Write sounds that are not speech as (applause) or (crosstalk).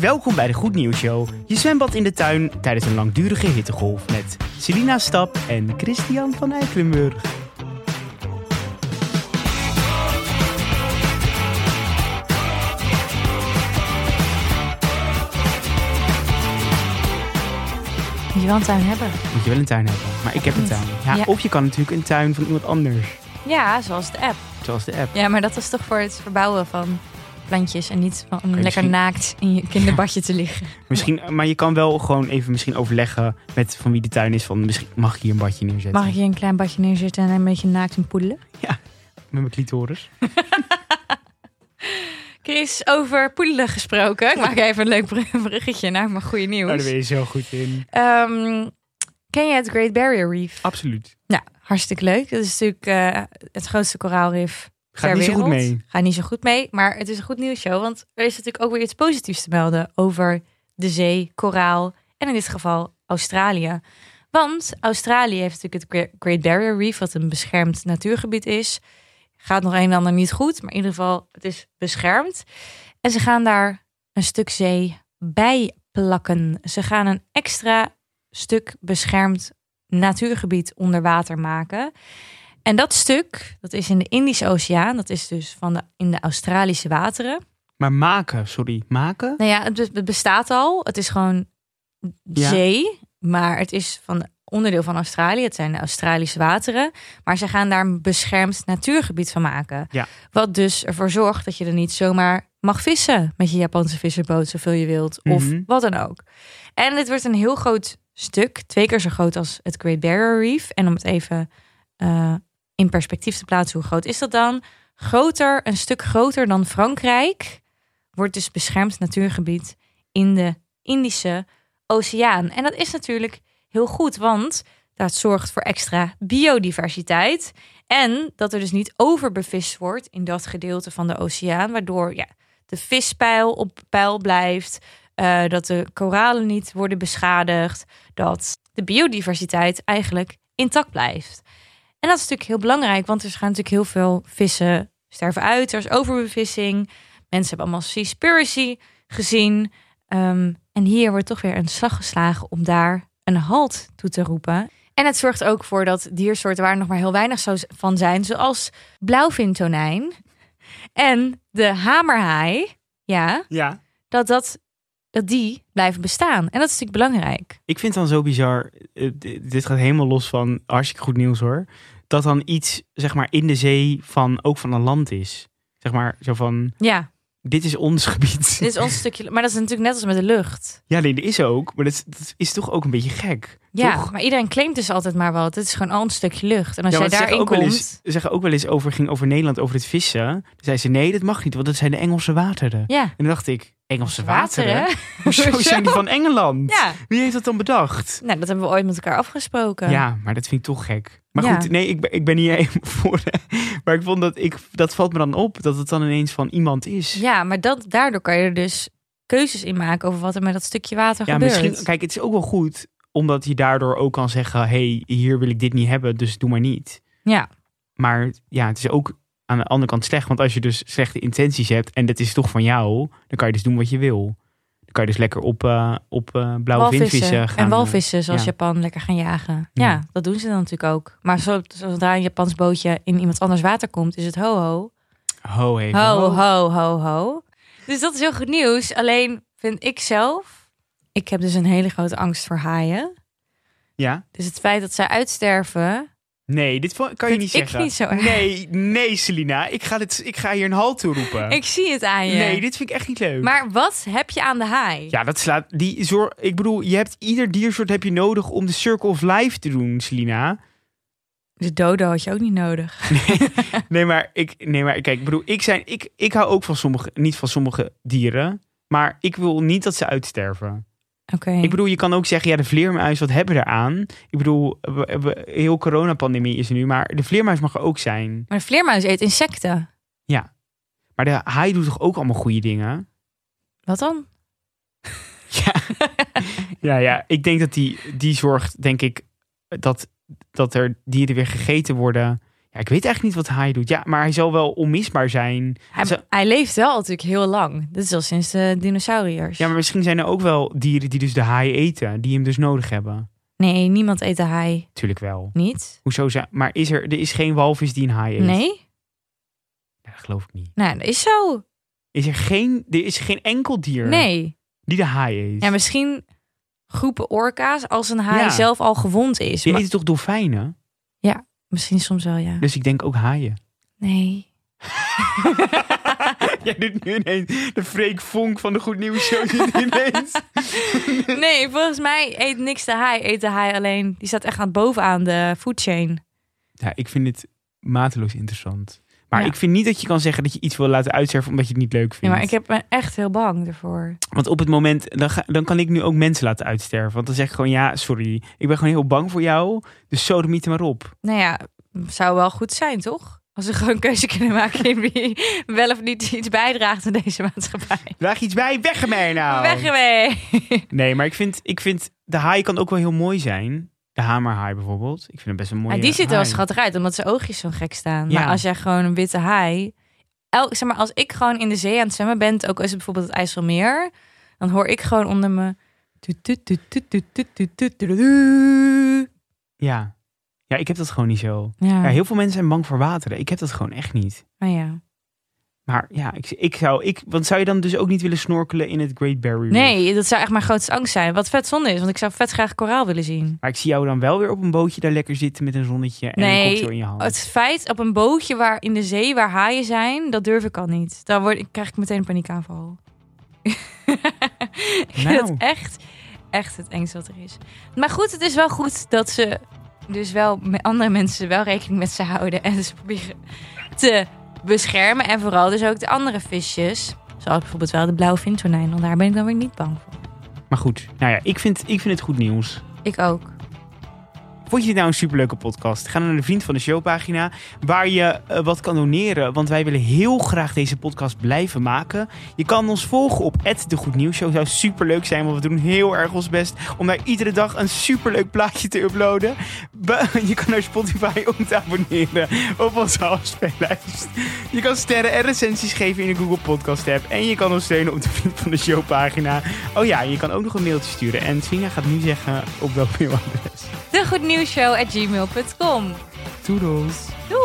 welkom bij de Goed Nieuws Show. Je zwembad in de tuin tijdens een langdurige hittegolf met Selina Stap en Christian van Eikelenburg. Moet je wel een tuin hebben. Moet je wel een tuin hebben, maar ik heb een tuin. Ja, Ja. Of je kan natuurlijk een tuin van iemand anders, Ja, zoals de app. zoals de app. Ja, maar dat is toch voor het verbouwen van plantjes en niet van om lekker misschien- naakt in je kinderbadje te liggen. Misschien, maar je kan wel gewoon even misschien overleggen met van wie de tuin is. Van misschien mag ik hier een badje neerzetten. Mag ik hier een klein badje neerzetten en een beetje naakt in poedelen? Met mijn clitoris. Chris, over poedelen gesproken. Ik maak even een leuk br- (laughs) bruggetje naar mijn goede Oh, daar nieuws. ben je zo goed in. Ehm, ken je het Great Barrier Reef? Absoluut. Nou, hartstikke leuk. Dat is natuurlijk eh, het grootste koraalrif Gaat ter niet zo goed wereld. mee. Gaat niet zo goed mee, maar het is een goed nieuwsshow. Want er is natuurlijk ook weer iets positiefs te melden over de zee, koraal en in dit geval Australië. Want Australië heeft natuurlijk het Gra- Great Barrier Reef, wat een beschermd natuurgebied is. Gaat nog een en ander niet goed, maar in ieder geval, het is beschermd. En ze gaan daar een stuk zee bij plakken. Ze gaan een extra stuk beschermd natuurgebied onder water maken. En dat stuk, dat is in de Indische Oceaan, dat is dus van de, in de Australische wateren. Maar maken, sorry. Maken? Nou ja, het, be- het bestaat al. Het is gewoon Ja. zee, maar het is van onderdeel van Australië. Het zijn de Australische wateren, maar ze gaan daar een beschermd natuurgebied van maken. Ja. Wat dus ervoor zorgt dat je er niet zomaar mag vissen met je Japanse visserboot zoveel je wilt of Mhm. wat dan ook. En het wordt een heel groot stuk, twee keer zo groot als het Great Barrier Reef. En om het even eh, in perspectief te plaatsen, hoe groot is dat dan? Groter, een stuk groter dan Frankrijk, wordt dus beschermd natuurgebied in de Indische Oceaan. En dat is natuurlijk heel goed, want dat zorgt voor extra biodiversiteit. En dat er dus niet overbevist wordt in dat gedeelte van de oceaan, waardoor ja, de vispeil op peil blijft, eh, dat de koralen niet worden beschadigd, dat de biodiversiteit eigenlijk intact blijft. En dat is natuurlijk heel belangrijk, want er gaan natuurlijk heel veel vissen sterven uit, er is overbevissing, mensen hebben allemaal seaspiracy gezien. Ehm, en hier wordt toch weer een slag geslagen om daar een halt toe te roepen. En het zorgt ook voor dat diersoorten waar nog maar heel weinig zo van zijn, zoals blauwvintonijn en de hamerhaai, ja, Ja. dat, dat, dat die blijven bestaan. En dat is natuurlijk belangrijk. Ik vind het dan zo bizar, eh, d- dit gaat helemaal los van hartstikke goed nieuws hoor, dat dan iets zeg maar in de zee van ook van een land is. Zeg maar zo van, Ja, dit is ons (laughs) gebied. dit is ons stukje. Maar dat is natuurlijk net als met de lucht. Ja, nee, dat is ook, maar dat is, dat is toch ook een beetje gek. Ja, toch? maar iedereen claimt dus altijd maar wat. Dit is gewoon al een stukje lucht. En als ja, jij want ze zeggen daarin ook komt... wel eens, ze zeggen ook wel eens over, ging over Nederland, over het vissen. Toen zei ze, nee, dat mag niet, want dat zijn de Engelse wateren. En Ja, dan dacht ik, Engelse water, wateren? hè? (laughs) Hoezo zijn die van Engeland? Ja, Wie heeft dat dan bedacht? nou, dat hebben we ooit met elkaar afgesproken. Ja, maar dat vind ik toch gek. Maar Ja. goed, nee, ik ben, ik ben hier (laughs) helemaal voor. hè. Maar ik vond dat, ik, dat valt me dan op, dat het dan ineens van iemand is. Ja, maar dat, daardoor kan je er dus keuzes in maken over wat er met dat stukje water Ja, gebeurt. misschien, kijk, het is ook wel goed, omdat je daardoor ook kan zeggen, hey, hier wil ik dit niet hebben, dus doe maar niet. Ja. Maar ja, het is ook aan de andere kant slecht, want als je dus slechte intenties hebt en dat is toch van jou, dan kan je dus doen wat je wil. Dan kan je dus lekker op, eh, op eh, blauwe walvissen vinvissen gaan. eh. en walvissen, zoals ja. Japan, lekker gaan jagen. Ja. Ja. dat doen ze dan natuurlijk ook. Maar zo, zodra een Japans bootje in iemand anders water komt, is het ho ho. Ho, even. Ho, ho. ho, ho, ho. Dus dat is heel goed nieuws. Alleen vind ik zelf, ik heb dus een hele grote angst voor haaien. Ja? Dus het feit dat zij uitsterven, Nee, dit vo- kan je vind niet ik zeggen. niet zo erg. Nee, nee, Selina. Ik ga, dit, ik ga hier een halt toe roepen. Ik zie het aan je. Nee, dit vind ik echt niet leuk. Maar wat heb je aan de haai? Ja, dat slaat. Die zorg, ik bedoel, je hebt ieder diersoort heb je nodig om de Circle of Life te doen, (laughs) Selina. De dodo had je ook niet nodig. Nee, maar ik, nee, maar kijk, ik bedoel, ik, zijn, ik, ik hou ook van sommige, niet van sommige dieren. Maar ik wil niet dat ze uitsterven. Oké. Ik bedoel, je kan ook zeggen, ja, de vleermuis, wat hebben we daaraan? Ik bedoel, we, we- heel coronapandemie is er nu, maar de vleermuis mag er ook zijn. Maar de vleermuis eet insecten. Maar de haai doet toch ook allemaal goede dingen? Wat dan? Ja, ja, ik denk dat die, die zorgt, denk ik, dat, dat er dieren weer gegeten worden. Ja, ik weet eigenlijk niet wat hij doet. Ja, maar hij zal wel onmisbaar zijn. Hij, Zo- hij leeft wel natuurlijk heel lang. Dit is al sinds de dinosauriërs. Ja, maar misschien zijn er ook wel dieren die dus de haai eten, die hem dus nodig hebben. Nee, niemand eet de haai Tuurlijk wel. niet. Hoezo zijn... Maar is er, er is geen walvis die een haai eet? Nee? Ja, dat geloof ik niet. Nou, dat is zo. Is er geen... Er is geen enkel dier Nee. die de haai eet. Ja, misschien groepen orka's als een haai Ja. zelf al gewond is. Die Maar eten toch dolfijnen? misschien soms wel, ja. Dus ik denk ook (laughs) haaien. (laughs) Nee. Jij doet nu ineens de Freek Vonk van de Goed Nieuws Show. (laughs) Zit ineens. Nee, volgens mij eet niks de haai. Eet de haai alleen. Die staat echt aan bovenaan de food chain. Ja, ik vind dit mateloos interessant. Maar Ja. ik vind niet dat je kan zeggen dat je iets wil laten uitsterven omdat je het niet leuk Ja, vindt. maar ik heb me echt heel bang ervoor. Want op het moment, dan, ga- dan kan ik nu ook mensen laten uitsterven. Want dan zeg ik gewoon, ja, sorry, ik ben gewoon heel bang voor jou. Dus sodomiet er maar op. Nou ja, zou wel goed zijn, toch? Als we gewoon een keuze kunnen maken in wie wel of niet iets bijdraagt aan deze maatschappij. Draag iets bij, weg ermee nou. Weg ermee! Nee, maar ik vind, ik vind, de haai kan ook wel heel mooi zijn. De hamerhaai bijvoorbeeld. Ik vind hem best een mooie Maar die ziet er wel haai. schattig uit, omdat zijn oogjes zo gek staan. Ja. Maar als jij gewoon een witte haai... Elk, zeg maar, als ik gewoon in de zee aan het zwemmen ben, ook als het bijvoorbeeld het IJsselmeer... dan hoor ik gewoon onder me... Ja. ja, ik heb dat gewoon niet zo. Ja, Ja, heel veel mensen zijn bang voor wateren. Ik heb dat gewoon echt niet. maar ja. Maar ja, ik, ik zou, ik, want zou je dan dus ook niet willen snorkelen in het Great Barrier Reef? Nee, dat zou echt mijn grootste angst zijn. Wat vet zonde is, want ik zou vet graag koraal willen zien. Maar ik zie jou dan wel weer op een bootje daar lekker zitten met een zonnetje en Nee, een cocktail in je hand. Het feit op een bootje waar in de zee waar haaien zijn, dat durf ik al niet. Dan word, ik- krijg ik meteen een paniekaanval. (laughs) ik vind Nou. het echt, echt het engste wat er is. Maar goed, het is wel goed dat ze dus wel met andere mensen wel rekening met ze houden. En ze proberen te beschermen. En vooral dus ook de andere visjes. Zoals bijvoorbeeld wel de blauwe vintonijn. Want daar ben ik dan weer niet bang voor. Maar goed, nou ja, ik vind, ik vind het goed nieuws. Ik ook. Vond je dit nou een superleuke podcast? Ga naar de Vriend van de Show pagina, waar je eh, wat kan doneren. Want wij willen heel graag deze podcast blijven maken. Je kan ons volgen op de Goed Nieuws Show. Zou superleuk zijn, want we doen heel erg ons best om daar iedere dag een superleuk plaatje te uploaden. Be- (laughs) je kan naar Spotify om te abonneren op onze afspeellijst. Je kan sterren en recensies geven in de Google Podcast app. En je kan ons steunen op de Vriend van de Show pagina. Oh ja, en je kan ook nog een mailtje sturen. En Svinga gaat nu zeggen op welk mailadres. De Goed Nieuws Show at gmail.com. Toodles. Doei!